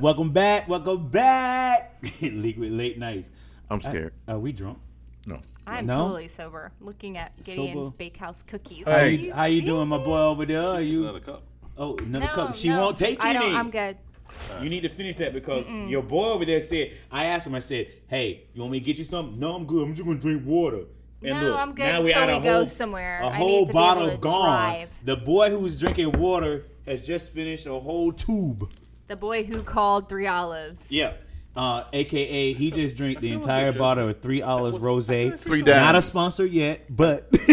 Welcome back. Welcome back. Liquid late nights. I'm Uh, scared. Are we drunk? no. I'm No? totally sober. Looking at Gideon's Sober? Bakehouse cookies. How Hey. you, how you doing, my boy over there? Are It's you? not a cup. Oh, another No, cup. She no. won't take I any. don't. I'm good. You need to finish that because your boy over there said. I asked him. I said, "Hey, you want me to get you something? No, I'm good. I'm just gonna drink water." And No, look, I'm good Now we until out we a go whole somewhere. A I need whole to be bottle able to gone. drive. The boy who was drinking water has just finished a whole tube. The boy who called Three Olives. Yeah. Uh, AKA, he just drank the feel like entire they're bottle of three olives rose. Three Not down. a sponsor yet, but, we'll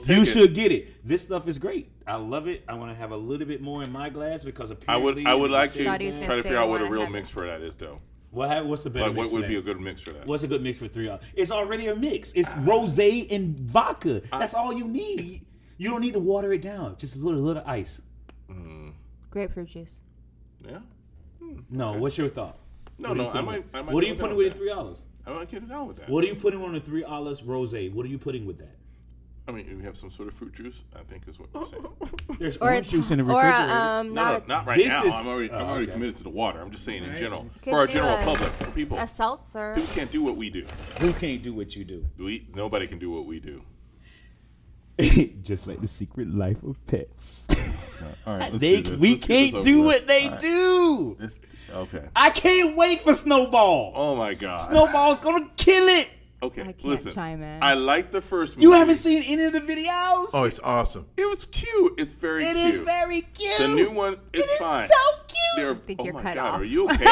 take you it. should get it. This stuff is great. I love it. I want to have a little bit more in my glass because I apparently would I would like to Thought he was try gonna to say figure out what I a real wanna mix have- for that is though. What, ha- what's the better? Like mix what for would be that? a good mix for that? What's a good mix for three olives? It's already a mix. It's rose and vodka. That's all you need. You don't need to water it down. Just a little, little ice. Grapefruit juice. Yeah. No, what's your thought? No, no, I might I might What are go you down putting with the that. three olives? I might get it down with that. What are you putting on the three olives rose? What are you putting with that? I mean, we have some sort of fruit juice, I think is what you're saying. There's Or orange a- juice in the or a, refrigerator. um, No, no, not not right This now. is- I'm already, oh, I'm already okay. committed to the water. I'm just saying in general. Could For our do general a- public, for people a seltzer. who can't do what we do. Who can't do what you do? We nobody can do what we do. Just like the secret life of pets. All right, let's They, do this. we Let's get this can't over do with. what they All right. do. This- okay. I can't wait for Snowball. Oh my god. Snowball's gonna kill it. okay, I can't listen. chime in. I like the first movie. You haven't seen any of the videos. Oh, it's awesome. It was cute. It's very it is cute. very cute. the new one It it's is fine. so cute. They're, think oh you're my cut god, off. are you okay?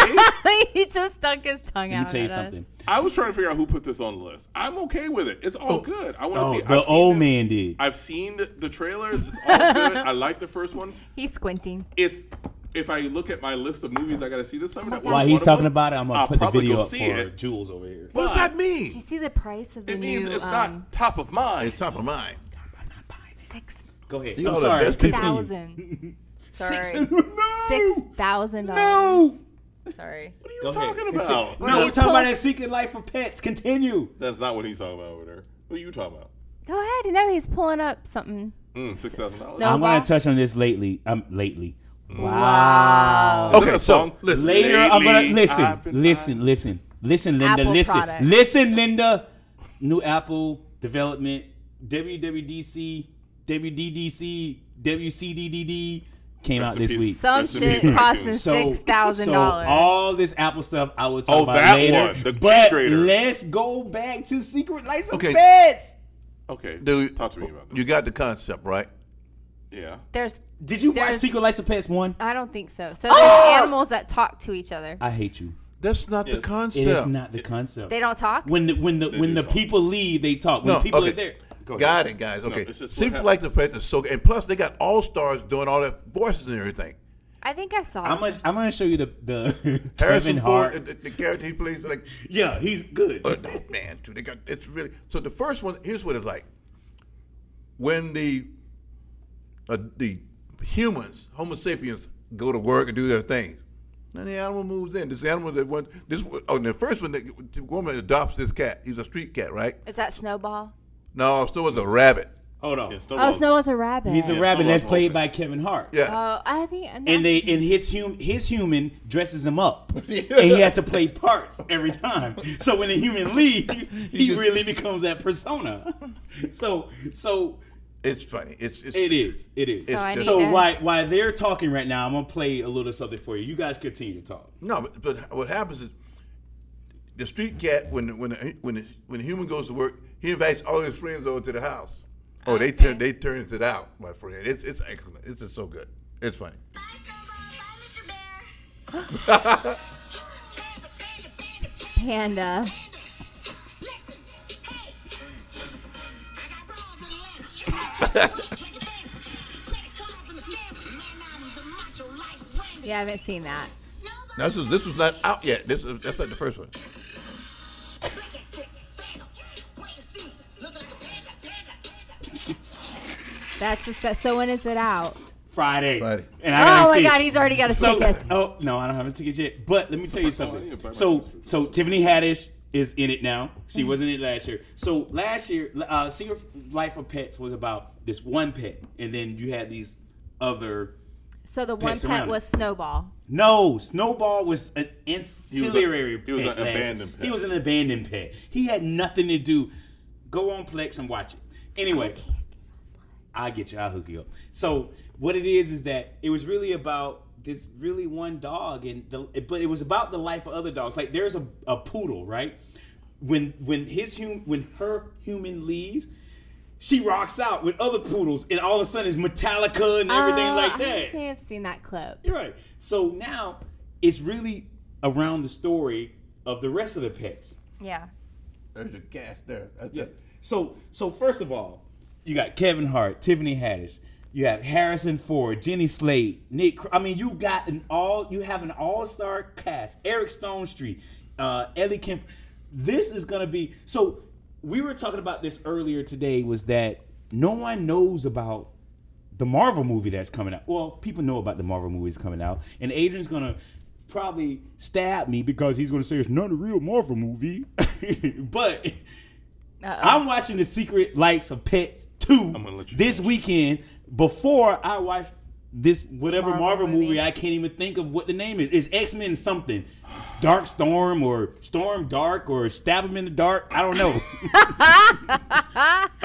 he just stuck his tongue Let out. me tell you at us. something. I was trying to figure out who put this on the list. I'm okay with it. It's all good. I want to Oh, see. the I've seen old it. man did. I've seen the, the trailers. It's all good. I like the first one. He's squinting. It's if I look at my list of movies I got to see this summer. that was While one he's of talking them. about it, I'm gonna I'll put the probably video go up for see it. Jules over here. What does that mean? Do you see the price of the It new means it's um, not top of mind. It's top of mind. six Go ahead. You I'm know the sorry. best Continue. thousand? Sorry, No. six thousand dollars. No. Sorry. What are you Go ahead. talking Continue. about? No, we're he's talking about pulled- that secret life of pets. Continue. That's not what he's talking about over there. What are you talking about? Go ahead. No, he's pulling up something. Mm, Six thousand dollars. No. I'm gonna Wow. touch on this lately. Um, lately. Wow. Okay, so listen. Later, I'm gonna I've listen, been listen, listen, listen, Linda, Apple listen, product. listen, Linda. New Apple development, WWDC, WDDC, WCDDD came Rest out in this peace. week. Some Rest in shit peace, costing iTunes. So, six thousand so dollars. all this Apple stuff I will talk Oh, about that later. one, the but G-grader. let's go back to Secret Lights of Okay. Pets. Okay, Dude, talk to me about this. You got the concept right. yeah. There's. Did you watch There's- Secret Lights of Pets one? I don't think so. So there's Oh! animals that talk to each other. I hate you. That's not Yeah. the It is concept. It is not the concept. They don't talk. when the when the when do the talk. people leave, they talk. When No, the people okay. are there, Go ahead. Got it, guys. Okay. it's just what Seems like the happens. presence is so good. And plus, they got all stars doing all that voices and everything. I think I saw. I'm it. gonna I'm gonna show you the the Kevin Harrison Ford, Hart. the, the character he plays, like, yeah, he's good. oh, man, dude, they got, it's really. So the first one, here's what it's like. When the uh, the humans, Homo sapiens, go to work and do their things, then the animal moves in. This animal that went, this oh, and the first one, the the woman adopts this cat. He's a street cat, right? Is that Snowball? No, so was a rabbit. Hold on, Yeah, Oh, Snowball's- Snowball's a rabbit. he's a Yeah, rabbit someone that's else played opened. by Kevin Hart. Yeah. Oh, I think. And they and his hum his human dresses him up, and he has to play parts every time. So when the human leaves, he just- really becomes that persona. So so it's funny. It's, it's it is it is. So I need so to- why why they're talking right now? I'm gonna play a little something for you. You guys continue to talk. No, but, but what happens is the street cat when when when the, when the human goes to work, he invites all his friends over to the house. Oh, they turn they turns it out, my friend. It's it's excellent. It's just so good. It's funny. Bye, Snowball. Bye, Mr. Bear. panda, panda, panda, Panda. panda. Listen, hey. I got rolls in Atlanta. Drink a favor. Credit cards and snaps. Man, I'm the macho life brand. Yeah, I haven't seen that. Snowball, Now, this was this was not out yet. This is, that's not the first one. click it, click it, panda. Wait and see. Look like a panda, panda, panda. That's a, se- so. When is it out? Friday. Friday. And I gotta Oh my see it. God, he's already got a So, ticket. oh no, I don't have a ticket yet. But let me tell you I need something. to buy my So, tickets. so Tiffany Haddish is in it now. She Mm-hmm. wasn't in it last year. So last year, uh, Secret Life of Pets was about this one pet, and then you had these other So the one Pets pet around it. was Snowball. No, Snowball was an ancillary he was pet an last- abandoned pet. He was an abandoned pet. He had nothing to do. Go on Plex and watch it. Anyway, I get you. I'll hook you up. So what it is is that it was really about this really one dog, and the, but it was about the life of other dogs. Like there's a, a poodle, right? When when his hum, when her human leaves, she rocks out with other poodles, and all of a sudden it's Metallica and everything Uh, like I that. think I have seen that clip. You're right. So now it's really around the story of the rest of the pets. Yeah. There's your gas there. That's it. So so first of all, you got Kevin Hart, Tiffany Haddish, you have Harrison Ford, Jenny Slate, Nick. Cr- I mean, you got an all you have an all star cast. Eric Stone Street, uh, Ellie Kemp. This is gonna be so. We were talking about this earlier today. Was that no one knows about the Marvel movie that's coming out. Well, people know about the Marvel movies coming out, and Adrian's gonna probably stab me because he's gonna say it's not a real Marvel movie. but I'm watching The Secret Lives of Pets 2 gonna let you this finish. weekend before I watch this whatever Marvel Marvel, movie. movie. I can't even think of what the name is. It's X Men something. It's Dark Storm or Storm Dark or Stab 'em in the Dark. I don't know.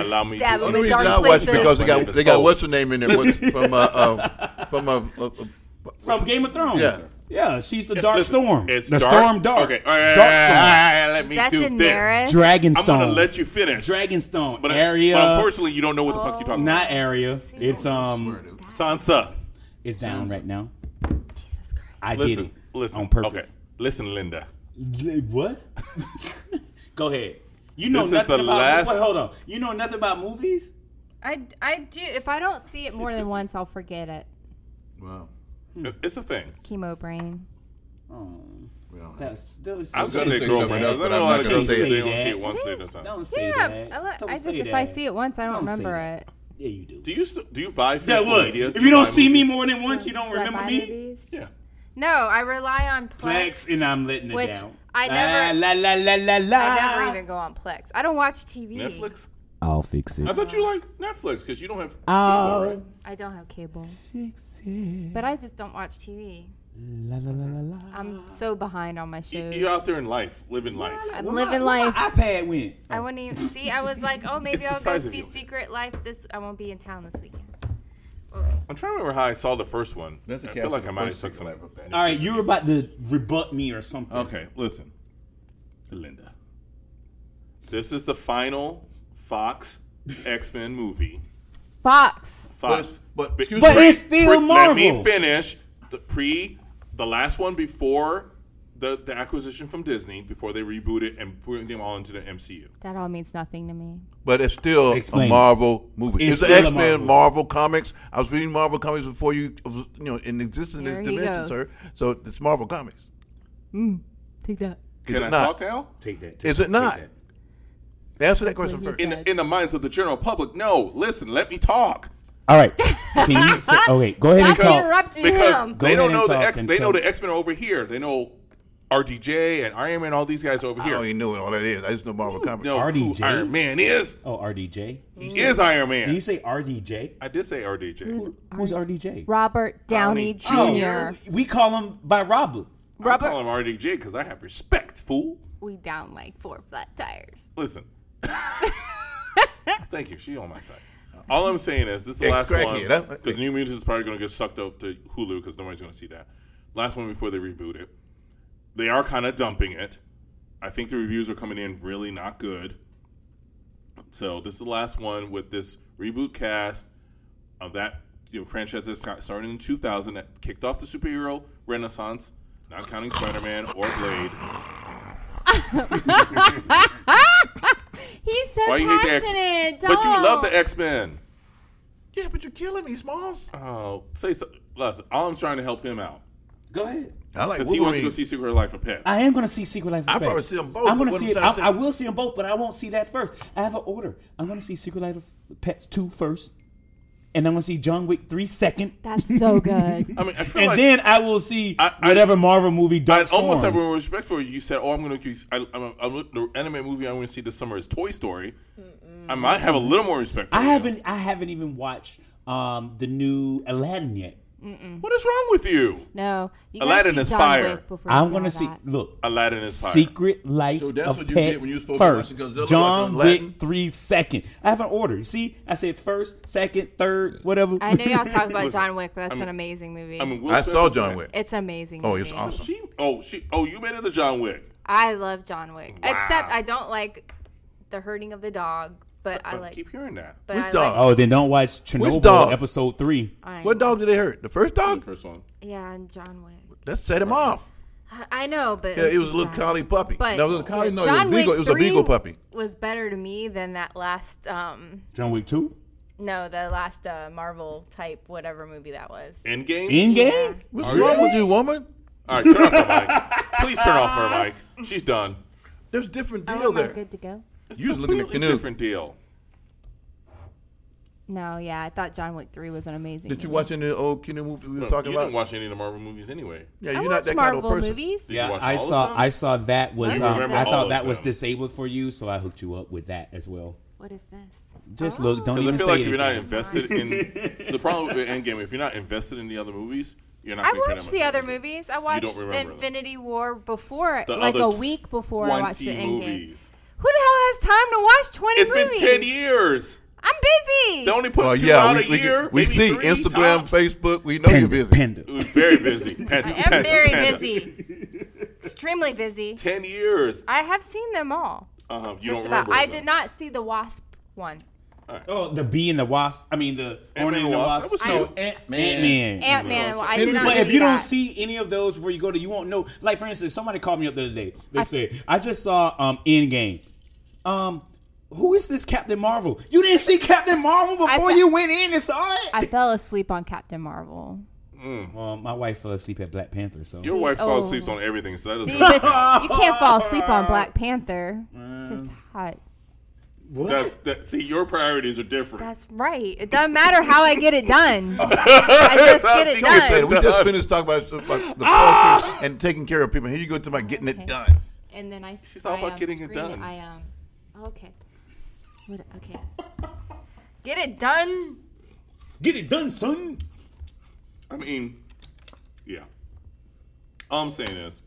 Allow me Stab to. him The in reason dark I watched it places. because they got It's they got cold. what's her name in there what's, from uh, uh from uh, uh, uh, From Game of Thrones. Yeah. Yeah, she's the Dark Listen, Storm. It's the dark. Storm Dark. Okay. Dark Alright, Storm. alright, let me Is that do Daenerys? this. Dragonstone. I'm gonna let you finish. Dragonstone. But, area. but unfortunately, you don't know what the fuck you're talking not area. It's um, about. Sansa. it's down right now. Jesus Christ. I Listen. get it. Listen. on purpose. Okay. Listen, Linda. Li- What? Go ahead. You know This is nothing the about last- wait, hold on. You know nothing about movies? I, I do. If I don't see it more than once, I'll forget it. wow. It's a thing. Chemo brain. Oh, We don't have- that's that was I was gonna Say say girl something brain. else, I but know a I'm lot not of gonna girls say say they don't that. see it once, say it a time. Don't say Yeah. that. I, lo- Don't I just, say if I that. see it once, I don't, Don't say remember that. it. Yeah, you do. Do you st- do you buy that physical would. media? If you don't buy see me movies? more than once, you don't Do I remember buy me. movies? yeah. No, I rely on Plex. Flex and I'm letting it Which down. I never- La la la la la. I never even go on Plex. I don't watch TV. Netflix. I'll fix it. I thought you liked Netflix because you don't have. Oh, I'll cable, right? I don't have cable, fix it. but I just don't watch TV. La la la la la. I'm so behind on my shows. You're out there in life, living life. I'm Where living my, where life. My iPad went. I wouldn't even see. I was like, oh, It's maybe the I'll go size of see you. Secret Life. This I won't be in town this weekend. I'm trying to remember how I saw the first one. That's a I cat. feel like I might have First took some. secret life of All right, you were about to rebut me or something. Okay, listen, Linda. This is the final Fox X Men movie. Fox. But Fox, it's- but excuse But me. it's still Let Marvel. me finish the pre, the last one before the the acquisition from Disney, before they rebooted and putting them all into the MCU. That all means nothing to me. But it's still Explain. a Marvel movie. It's It's, the still a X Men, Marvel. Marvel. comics. I was reading Marvel comics before you, you know, in existence in Here this he dimension, goes. sir. So it's Marvel comics. Take that. Is Can it I not? talk now? Take that. Is it not? Answer that question what he first. In Good. the, in the minds of the general public, no. Listen, let me talk. All right. Can you? Say, okay, go ahead and Stop talk. interrupting because him. Go they ahead don't and know the talk X. and They know talk. the X Men over here. They know RDJ and Iron Man. All these guys over I here. don't even know what all that is. I just know Marvel comics. know RDJ? who Iron Man is. Oh, RDJ. He is Iron Did you Man. say RDJ? I did say RDJ. Who's RDJ? Robert Downey, Downey Oh, Jr. Oh, We call him by Robert. I call him RDJ because I have respect, fool. We down like four flat tires. Listen. Thank you. She on my side. All I'm saying is this is the Ex last one crackhead, huh? because New Mutants is probably going to get sucked up to Hulu because nobody's going to see that. Last one before they reboot it. They are kind of dumping it. I think the reviews are coming in really not good. So this is the last one with this reboot cast of that you know, franchise that got started in 2000 that kicked off the superhero renaissance, not counting Spider-Man or Blade. He's so Why you hate the X? passionate. But you love don't. the X-Men. Yeah, but you're killing me, Smalls. Oh, say so. Listen, all I'm trying to help him out Go ahead. I like because he wants to Wolverine. go see Secret Life of Pets. I am gonna see Secret Life. Of I'll Pets. probably see 'em both, I'm gonna but see it. what I'm trying to I, say- I will see them both, but I won't see that first. I have an order. I'm gonna see Secret Life of Pets two first, and I'm gonna see John Wick three second, That's so good. I mean, I feel and like then I will see I- I- whatever Marvel movie I Dark Storm. almost have a respect for you. You said, "Oh, I'm going to I, I'm, I'm, the anime movie I'm going to see this summer is Toy Story." I might have a little more respect. for I you. haven't. I haven't even watched um, the new Aladdin yet. What is wrong with you? No, you gotta Aladdin see is John fire. Wick before you I want to all see. that. Look, Aladdin is fire. Secret Life So that's of what you Pets did when you were supposed to first. watch Godzilla, John watching Aladdin? Wick three second. I have an order. You see, I said first, second, third, whatever. I know y'all talk about Listen, John Wick, but that's I'm- an amazing movie. I mean, Will I Smith saw is- John Wick. it's an amazing. Oh, movie. it's awesome. She oh she oh you made it the John Wick. I love John Wick, Wow. except I don't like the hurting of the dog, but, I But like. keep hearing that. but Which I dog? Like, oh, then don't watch Chernobyl dog? episode three. I- Oh, What dog did they hurt? The first The dog? first one. Yeah, and John Wick. That set him off. I- I know, but Yeah, it was just a little sad. collie puppy. But no, it was a collie. No, John it was a beagle. Wick It was a beagle 3 puppy. Was better to me than that last. Um, John Wick two. no, the last uh, Marvel type whatever movie that was. Endgame. In game. What's wrong with you, woman? All right, turn off her mic. Please turn off her mic. She's done. There's a different Oh, deal am I there. good to go? You was looking at Completely canoe. different deal. No, yeah, I thought John Wick three was an amazing. Did you movie. watch any of the old Kenny movies we were You talking about? didn't watch any of the Marvel movies anyway. yeah, I you're watch not that Marvel kind of person. movies. you Yeah, watch I all of saw. them? I saw that was. I Um, remember I all thought of that was them. disabled for you, so I hooked you up with that as well. What is this? Just look. Don't Because even I feel say like if you're not anything. invested in the problem with Endgame, if you're not invested in the other movies, you're not. I gonna care that watched much the other about it. movies. I watched don't remember them. Infinity War before, The like a other week before I watched the 20 Endgame. movies. Who the hell has time to watch 20 It's movies? been ten years. I'm busy. They only put Oh, two yeah, out we, a we, year. we maybe see three Instagram, tops. Facebook. We know you're busy. Panda. It was very busy. I Panda, am panda, very panda. busy. Extremely busy. Ten years. I have seen them all. Uh-huh. You Just don't about. remember. I them. did not see the Wasp one. Oh, the bee and the wasp. I mean, the Ant-Man Ornette and the Wasp. That was I- cool. Ant Ant-Man. Ant Man. I did Henry- not But see if you that. don't see any of those before you go to, you won't know. Like for instance, somebody called me up the other day. They said, "I just saw um Endgame. Um, who is this Captain Marvel? You didn't see Captain Marvel before fe- you went in and saw it." I fell asleep on Captain Marvel. well, my wife fell asleep at Black Panther, so Your wife falls Oh. asleep on everything, so that doesn't. See, but you can't fall asleep on Black Panther. Mm. Just hot. what? That's that. See, your priorities are different. That's right. It doesn't matter how I get it done. I just That's how get she it gets it done. Ah! We just finished talking about, about the culture and taking care of people. Here you go to my getting it done. and then I. She's all I, about um, getting it scream done. I um. Okay. What, okay. Get it done. Get it done, son. I mean, yeah. All I'm saying is,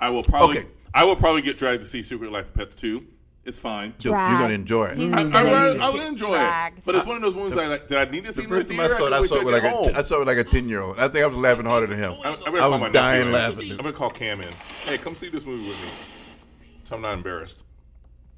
I will probably, Okay. I will probably get dragged to see Secret Life of Pets 2. It's fine. You're Brad. going to enjoy it. I, He's I, gonna will- get I will enjoy it, dragged. but it's one of those ones I like. Did I need to see The it in the first time theater? I saw it, I I can't saw it wait with like till I a, I get home. saw it with like a ten year old. I think I was laughing harder than him. I'm- I'm gonna I call was my nephew dying in. laughing. I'm gonna call Cam in. Hey, come see this movie with me. So I'm not embarrassed.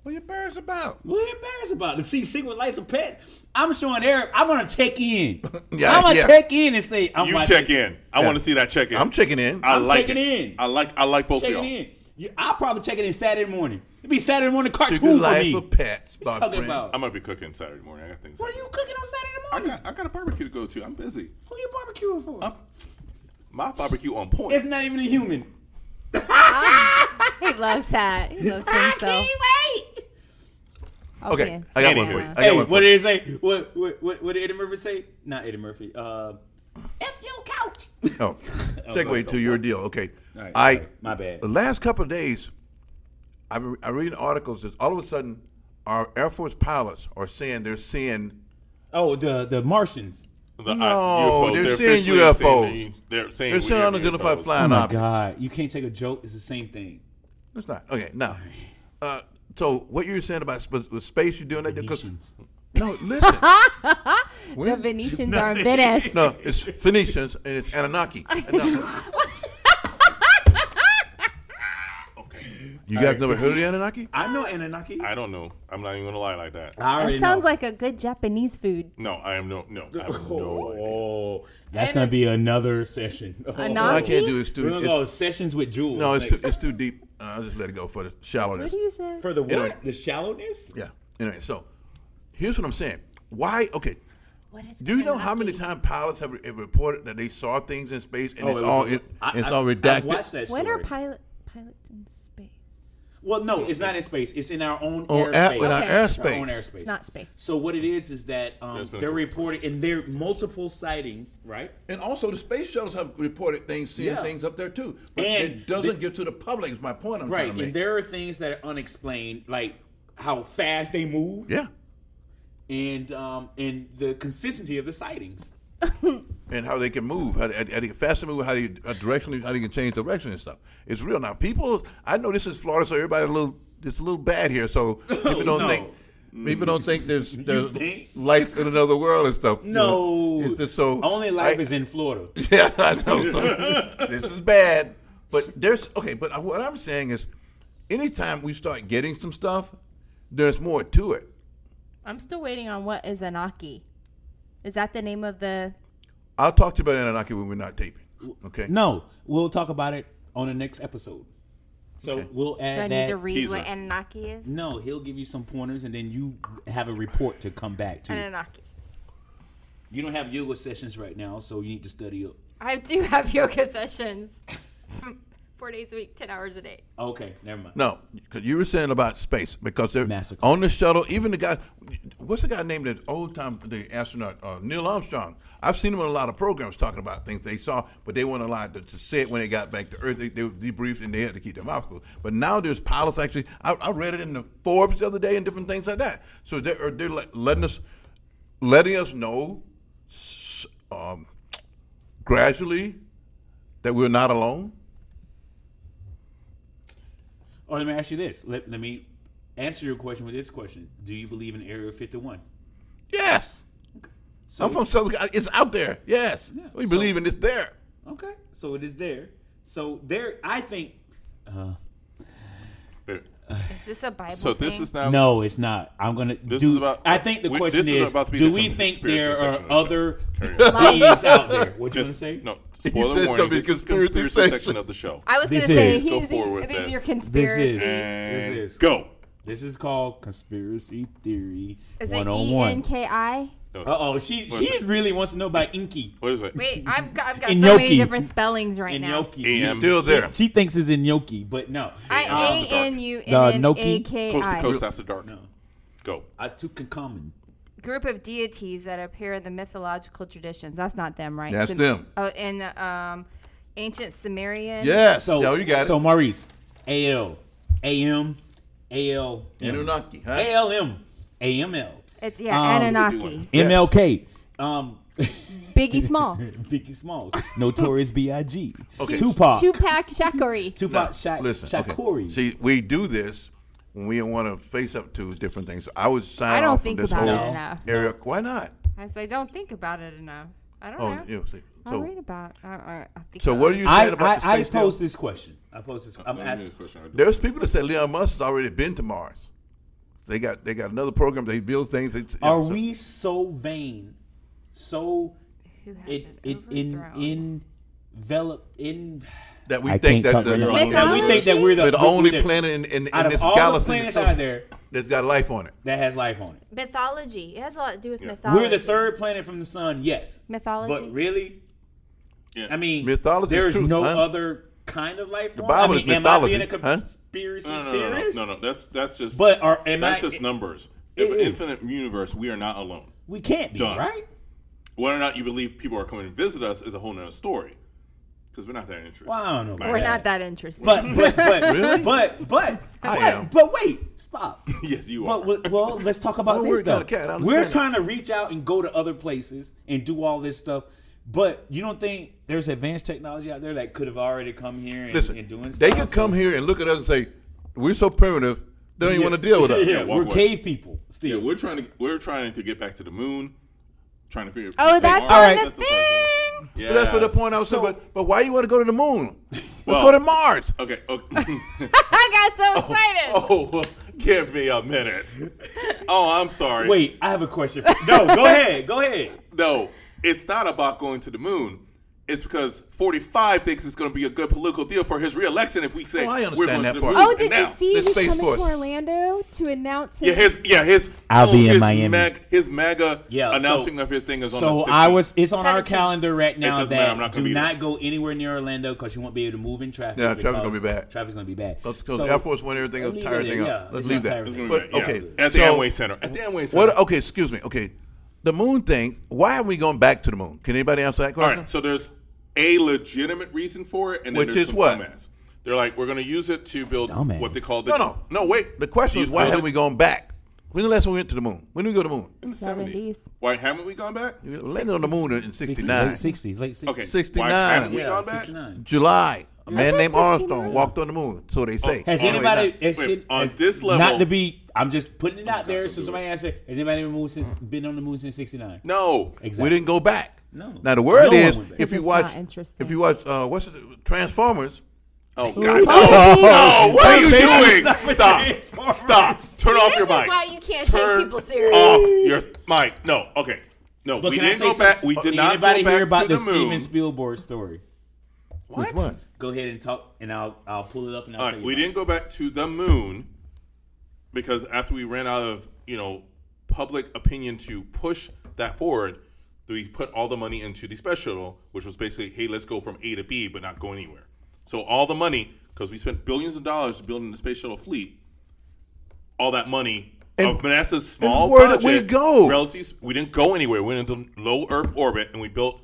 What are you embarrassed about? What are you embarrassed about? To see Secret Life of Pets? I'm showing Eric. I want to check in. Yeah, I'm gonna yeah. check in and say, "I'm You watching- check in. I Yeah. want to see that check in. I'm checking in. I I'm like it. checking in. I like. I like both of Check it y'all. in. You- I'll probably check it in Saturday morning. It'd be Saturday morning cartoon Secret for life me. of pets, my talking friend. about? I'm gonna be cooking Saturday morning. I got things. What are happening. you cooking on Saturday I morning? got. I got a barbecue to go to. I'm busy. Who you barbecuing for? My barbecue on point. it's not even a human. He loves that. He loves himself. wait. Okay, I got one for you. I got Hey, one for what you. did it say? What what what, what did Eddie Murphy say? Not Eddie Murphy. Uh, F your couch. Oh, segue to your deal. Okay, Alright, I my bad. The last couple of days, I've been I reading articles that all of a sudden our Air Force pilots are saying they're seeing Oh, the the Martians. The, No, uh, they're officially seeing UFOs. saying the- they're saying they're we seeing have unidentified UFOs. Oh flying my objects. God! You can't take a joke. It's the same thing. It's not okay. No. Uh, so what you're saying about sp- with space, you're doing that because Venetians. no, listen. The Venetians are in Venice. No, it's Phoenicians and it's Anunnaki. No. You guys never heard of the Anunnaki? I know Anunnaki. I, I don't know. I'm not even gonna lie like that. already That sounds know. like a good Japanese food. No, I am no no. I have no idea. Oh, that's gonna be another session. Oh. What I Anunnaki? can't do is We're too. gonna go It's, sessions with Jules. no, it's next. too, it's too deep. Uh, I'll just let it go for the shallowness. What do you say? for the what? Anyway. The shallowness. Yeah. Anyway, so here's what I'm saying. Why? Okay. What is Do you know how Anunnaki? many times pilots have, have reported that they saw things in space and Oh, it it's was all a- it, I- it's I- all I redacted? watched that When story. are pilot pilots in space? Well, no, it's not in space. It's in our own Oh, airspace. at- in our Okay. Our airspace. own airspace. It's not space. So what it is is that um, There's been a they're couple reported and there are multiple sightings, right? And also, the space shuttles have reported things, seeing Yeah. things up there too. But And it doesn't the- get to the public. Is my point I'm Right. trying to And make. there are things that are unexplained, like how fast they move yeah. and um, and the consistency of the sightings. and how they can move, how they, how they faster move, how they uh, directionally, how they can change direction and stuff. It's real now. People, I know this is Florida, so everybody's a little, it's a little bad here. So people don't no. think. People don't think there's there's think? life in another world and stuff. you know. No, it's just so only life I- is in Florida. yeah, I know. So, this is bad. But there's okay. But what I'm saying is, anytime we start getting some stuff, there's more to it. I'm still waiting on what is Anaki. Is that the name of the? I'll talk to you about Anunnaki when we're not taping. Okay. No, we'll talk about it on the next episode. So Okay. we'll Do I add need that. to read teaser. what Anunnaki is? no, he'll give you some pointers, and then you have a report to come back to. Um, Anunnaki. You don't have yoga sessions right now, so you need to study up. I do have yoga sessions, four days a week, ten hours a day. Okay, never mind. No, because you were saying about space because they're Massacre. on the shuttle. Even the guy, what's the guy named that old time the astronaut uh, Neil Armstrong? I've seen him in a lot of programs talking about things they saw, but they weren't allowed to, to say it when they got back to Earth. They, they were debriefed and they had to keep their mouth closed. But now there's pilots actually. I, I read it in the Forbes the other day and different things like that. So they're uh, they're like letting us letting us know s- um, gradually that we're not alone. Or Oh, let me ask you this. Let, let me answer your question with this question. Do you believe in Area 51? Yes. So, I'm from Southern. Cal- It's out there. Yes, Yeah, we so- believe in it's there. Okay, so it is there. So there, I think. Uh, Is this a Bible? So this thing? is now no, it's not. I'm gonna. Um, This do, is about- I think the we- question this is is: about to be Do the we con- think conspiracy there are section of the other Carry beings out there? What you gonna Just- say? No, said spoiler it's gonna warning. be This is conspiracy conspiracy section. section. of the show. I was gonna This say is- Go he's, forward with these are this. your This This conspiracy. is And this is go. This is called conspiracy theory Is it one E on N one. K I? No, it's- Uh oh, she What is she really wants to know about Inky What is it? Wait, I've got, I've got In so many gnocchi. different spellings right now. Inoki. AM. Still there. She thinks it's Inoki, but no. I After A dark. N U Uh, N Noki. A K Coast to I. coast after dark. No. Go. Atuka Common. group of deities that appear in the mythological traditions. That's not them, right? That's Sum- them. Oh, in the, um, ancient Sumerian. Yes. So So you got So it. Maurice, A L, A M, A L, Anunnaki, huh? A L M, A M L, It's yeah, Um, Anunnaki, M L K. Um, Biggie Small. Biggie Smalls, Notorious B.I.G., Okay. Tupac, Tupac Shakur. Tupac Now, Sha- listen, okay. Shakur. See, we do this when we want to face up to different things. So I would sign I don't off think on this about it whole enough. area. Why not? I say, don't think about it enough. I don't Oh, know. you know, see, I so read about. I, I, I think so about what are it. you I, saying about I, the I space? deal? posed this question. I posed this. I'm Let me ask asking. this question. I do. There's people that say Leon Musk has already been to Mars. They got they got another program. They build things. It's, yeah, Are so- we so vain, so Who had it it been in overthrown? in envelop in that we I can't think that talk the, right now. the- that we think that we're the, we're the we're only the- planet in, in, in out this of all the galaxy planets that's- out there that's got life on it. that has life on it. mythology? It has a lot to do with Yeah. mythology. We're the third planet from the sun, yes. Mythology? But really, Yeah. I mean, Mythology is There is truth, no huh? other kind of life. form. Bible I is mean, mythology, Am I being a huh? conspiracy no, no, no, no, no, theorist? no, no. That's that's just. But are am that's I? just numbers. It In is. infinite universe, we are not alone. we can't be Done. right. Whether or not you believe people are coming to visit us is a whole nother story, because we're not that interested. Well, I don't know. about We're that. not that interesting. But but but Really? but but I but, am. but wait, stop. yes, you But are. well, well, let's talk about Don't this worry about though. it, Kat, I understand We're that. trying to reach out and go to other places and do all this stuff, but you don't think there's advanced technology out there that could have already come here and, Listen, and doing they stuff? could come here and look at us and say, "We're so primitive, they don't even want to deal with us." yeah, Yeah, walk we're away. cave people. Still, yeah, we're trying to we're trying to get back to the moon, trying to figure. oh, that's All all right. right. the first one. But that's for the Yes. point I was saying. So- But, but why you want to go to the moon? Let's Well- go to Mars. Okay. okay. I got so excited. oh, well, give me a minute. Oh, I'm sorry. Wait, I have a question. For, no, go ahead. Go ahead. No, it's not about going to the moon. It's because 45 thinks it's going to be a good political deal for his reelection if we say Oh, I understand we're going that to the part. moon. Oh, And did you now- see let's he's face coming to forward. Orlando to announce his? Yeah, his yeah his. I'll be in his Miami. Mag, his MAGA Yeah, so- announcing of his thing is on the So 16th. I was. It's on our 17. calendar right now doesn't that matter, I'm not gonna do be there. not go anywhere near Orlando because you won't be able to move in traffic. Yeah, traffic's gonna be because bad. Traffic's gonna be bad. Let's go. So- Air Force One, everything, Leave will it tire everything in, up. yeah, Let's it's gonna leave that. tire It's gonna be But, bad, yeah. okay, at the so- Amway Center. At the Amway Center. What? Okay, excuse me. Okay, the moon thing. Why are we going back to the moon? Can anybody answer that All question? right, so there's a legitimate reason for it, and then Which there's is some what? dumbass. They're like, we're going to use it to build Dumbass. what they call the No, no. no wait. The question You is, why build it- haven't we gone back? When the last time we went to the moon? When did we go to the moon? In the 70s. Why haven't we gone back? We landed on the moon in 69. Late sixties, late sixties. Okay. Why 69. haven't we Yeah, gone back? July. A man said named 69. Armstrong walked on the moon, so they say. Has Oh, wait, anybody not- has wait, it- on has- this level- Not to be, I'm just putting it out there. gonna So do somebody it. answer: Has anybody ever moved since been on the moon since '69? No. We didn't go back. No. Now the word No one is, went back. if you It's watch, not interesting. if you watch, uh, what's it, Transformers? Oh God. No. no. What are you Basically, doing? it's Stop. Stop. Turn off This is your mic. why you can't Turn take people serious. Off your mic. No. Okay. No. But we can I didn't say go something? back. We did Did not anybody go back hear about to the the moon. Steven Spielberg story? Which one? Go ahead and talk, and I'll I'll pull it up and I'll All tell right, you. we about it. didn't go back to the moon because after we ran out of you know public opinion to push that forward, we put all the money into the special, which was basically, hey, let's go from A to B, but not go anywhere. So all the money, because we spent billions of dollars building the space shuttle fleet, all that money And- of NASA's small and where did we budget, go? Relative, we didn't go anywhere. We went into low Earth orbit, and we built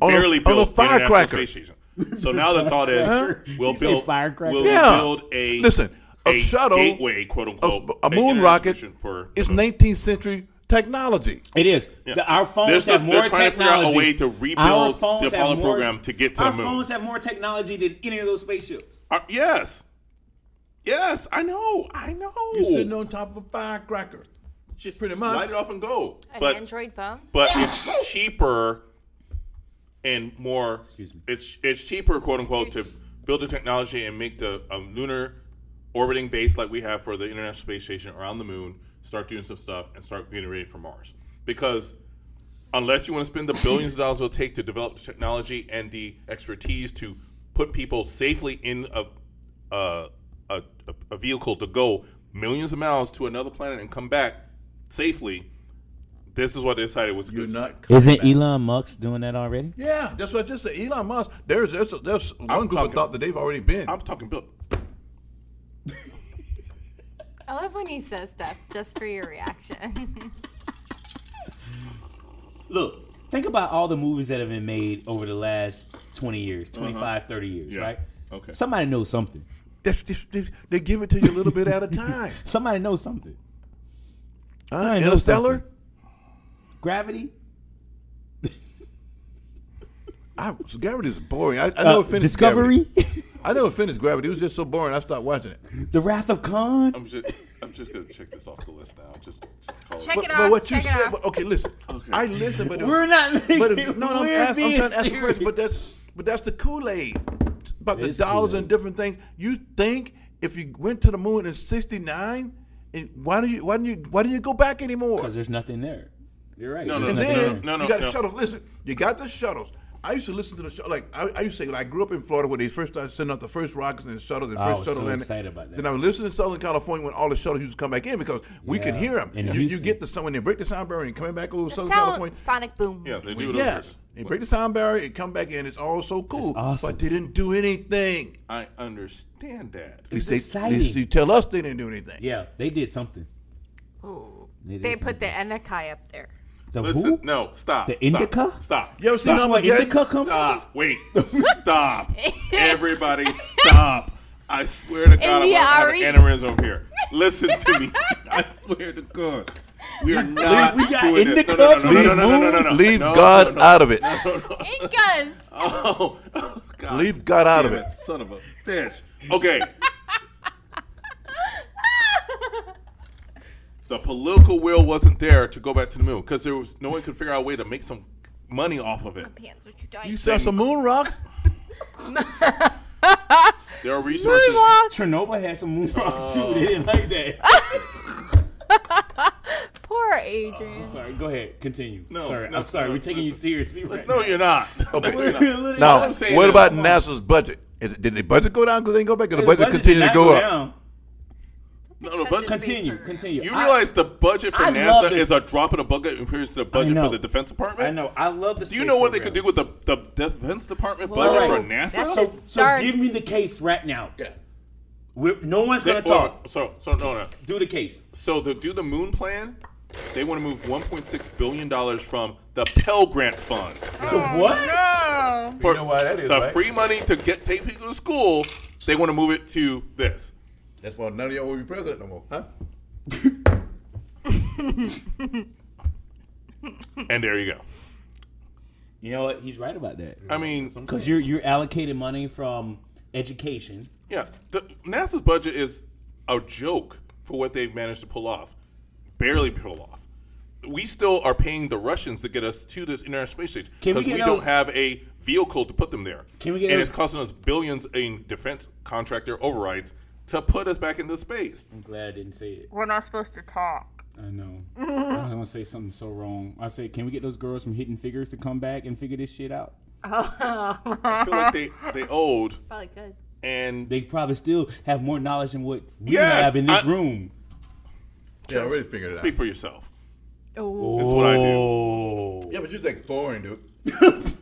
On a- barely on a built the International firecracker. Space Station. So now the thought is, we'll You say build, firecracker? we'll Yeah. build a Listen, a shuttle- gateway, quote unquote, a, a an moon internet rocket station for is 19th century technology. It is. The- our phones They're- have they're more trying to figure out a technology. way to rebuild Our phones the have Apollo more- program to get to our the moon. phones have more technology than any of those spaceships. Uh, yes, yes, I know, I know. You're sitting on top of a firecracker. Just pretty much. light it off and go. An but Android phone? but it's cheaper and more. Excuse me. It's it's cheaper, quote unquote, to build the technology and make the um, lunar orbiting base like we have for the International Space Station around the moon. Start doing some stuff and start getting ready for Mars because unless you want to spend the billions of dollars it'll take to develop the technology and the expertise to put people safely in a a, a, a vehicle to go millions of miles to another planet and come back safely, this is what they decided was a You're good not. site. Isn't Elon Musk doing that already? Yeah, that's what I just said. Elon Musk. There's there's, there's one I'm group talking- of thought that they've already been. I'm talking Bill. I love when he says stuff just for your reaction. Look, think about all the movies that have been made over the last 20 years, 25, 30 years, Uh-huh. Yeah. right? Okay. Somebody knows something. That's, that's, that's- they give it to you a little bit at a time. Somebody knows something. Huh? I know Interstellar. something. Gravity? I, Gravity is boring. I, I Uh, never finished Gravity. Discovery? I never finished Gravity. It was just so boring. I stopped watching it. the Wrath of Khan? I'm just I'm just gonna check this off the list now. Just just call Check it. But, it but off, what you check it said, off. but, okay, listen. I listened, but it was- We're not But making- if, no, no, I'm, we're ask, I'm being trying to ask a serious. question. But that's but that's the Kool Aid about the It's dollars Kool-Aid. and different things. You think if you went to the moon in '69, and why do you why do you why do you go back anymore? Because there's nothing there. You're right. No, no, there's And no, nothing no, there. then no, no, you got no. the shuttles. Listen, you got the shuttles. I used to listen to the show. Like I, I used to say, like, I grew up in Florida when they first started sending out the first rockets and shuttles and I first was shuttle so landing. excited about that. Then I was listening in Southern California when all the shuttles used to come back in because we could Yeah, hear them. in You, you Houston. get the sound when they break the sound barrier and coming back over Southern California. Sound, sonic boom. Yeah, they do it over. Yes. They break the sound barrier, it come back in, it's all so cool. awesome. But they didn't do anything. I understand that. At least was they, at exciting. least you tell us they didn't do anything. Yeah, they did something. Ooh. They did They put the something. Emekai up there. The Listen, who? no, stop. The stop, indica? Stop. You ever seen stop. That's where Armageddon? Indica comes from? Stop. Wait. Stop. Everybody stop. I swear to God, India, I'm Ari. going to have an aneurysm here. Listen to me. I swear to God. We are not we got doing Indica, this. No, no, no, no, no, no, no, leave no, no, no. Leave No, God no, no. out of it. Incas! Oh, oh, God. Leave God out of Damn it. Son of a bitch. Okay. the political will wasn't there to go back to the moon because there was no one could figure out a way to make some money off of it. Pants, what you dying? You saw some moon rocks? There are resources. Moonwalk! Chernobyl had some moon rocks too. They didn't like that. Poor Adrian. sorry, go ahead. Continue. No, sorry, no, I'm sorry. no, we're taking you listen. seriously. Right No, you're not. Okay. now. We're literally- Now, I'm saying what is- about NASA's budget? Is it, did the budget go down because they didn't go back? Or the The budget, budget continue did to not go up? down. No, no, Because budget. it's- Continue, continue. You I- realize the budget for I love NASA this. is a drop in a bucket compared to the budget know. for the Defense Department? I know. I love the. Do you know what they could do with the, the Defense Department Well, budget alright. for NASA? That's So, just so start. give me the case right now. Yeah. We're, no one's They- gonna well, talk. So, so no, no. Do the case. So to do the moon plan, they want to move 1.6 billion dollars from the Pell Grant Fund The Oh, what? No! for know why that is, the right? free money to get take people to school. They want to move it to this. That's why none of y'all will be president no more, huh? and there you go. You know what? He's right about that. I mean, Because you're you're allocating money from education. yeah, the, NASA's budget is a joke for what they've managed to pull off, barely pull off. We still are paying the Russians to get us to this international space station Can we because we, get don't those- have a vehicle to put them there. Can we get and those- it's costing us billions in defense contractor overrides to put us back into space. I'm glad I didn't say it. We're not supposed to talk. I know. I was gonna say something so wrong. I say, can we get those girls from Hidden Figures to come back and figure this shit out? I feel like they they owed Probably good. and They probably still have more knowledge than what we Yes, have in this I- room. Yeah, I already figured it out. speak for yourself. Oh, This is what I do. Oh, Yeah, but you think boring, dude.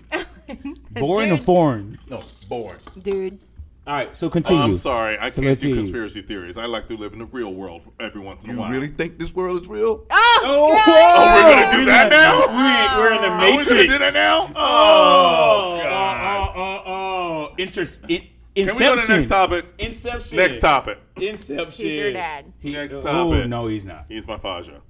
born or foreign? No, boring. Dude. All right, so continue. I'm sorry, I can't do Continue. conspiracy theories. I like to live in the real world every once in a You while. really think this world is real? Oh, whoa! We're gonna do that now? We're, in the Are we matrix. Oh, gonna do that now? Oh, Oh, oh, God. oh, oh, oh. Inter- in- Inception. Can we go to the next topic? Inception. Next topic. Inception. He's your dad. He- Next Oh topic. no, he's not. He's my Faja.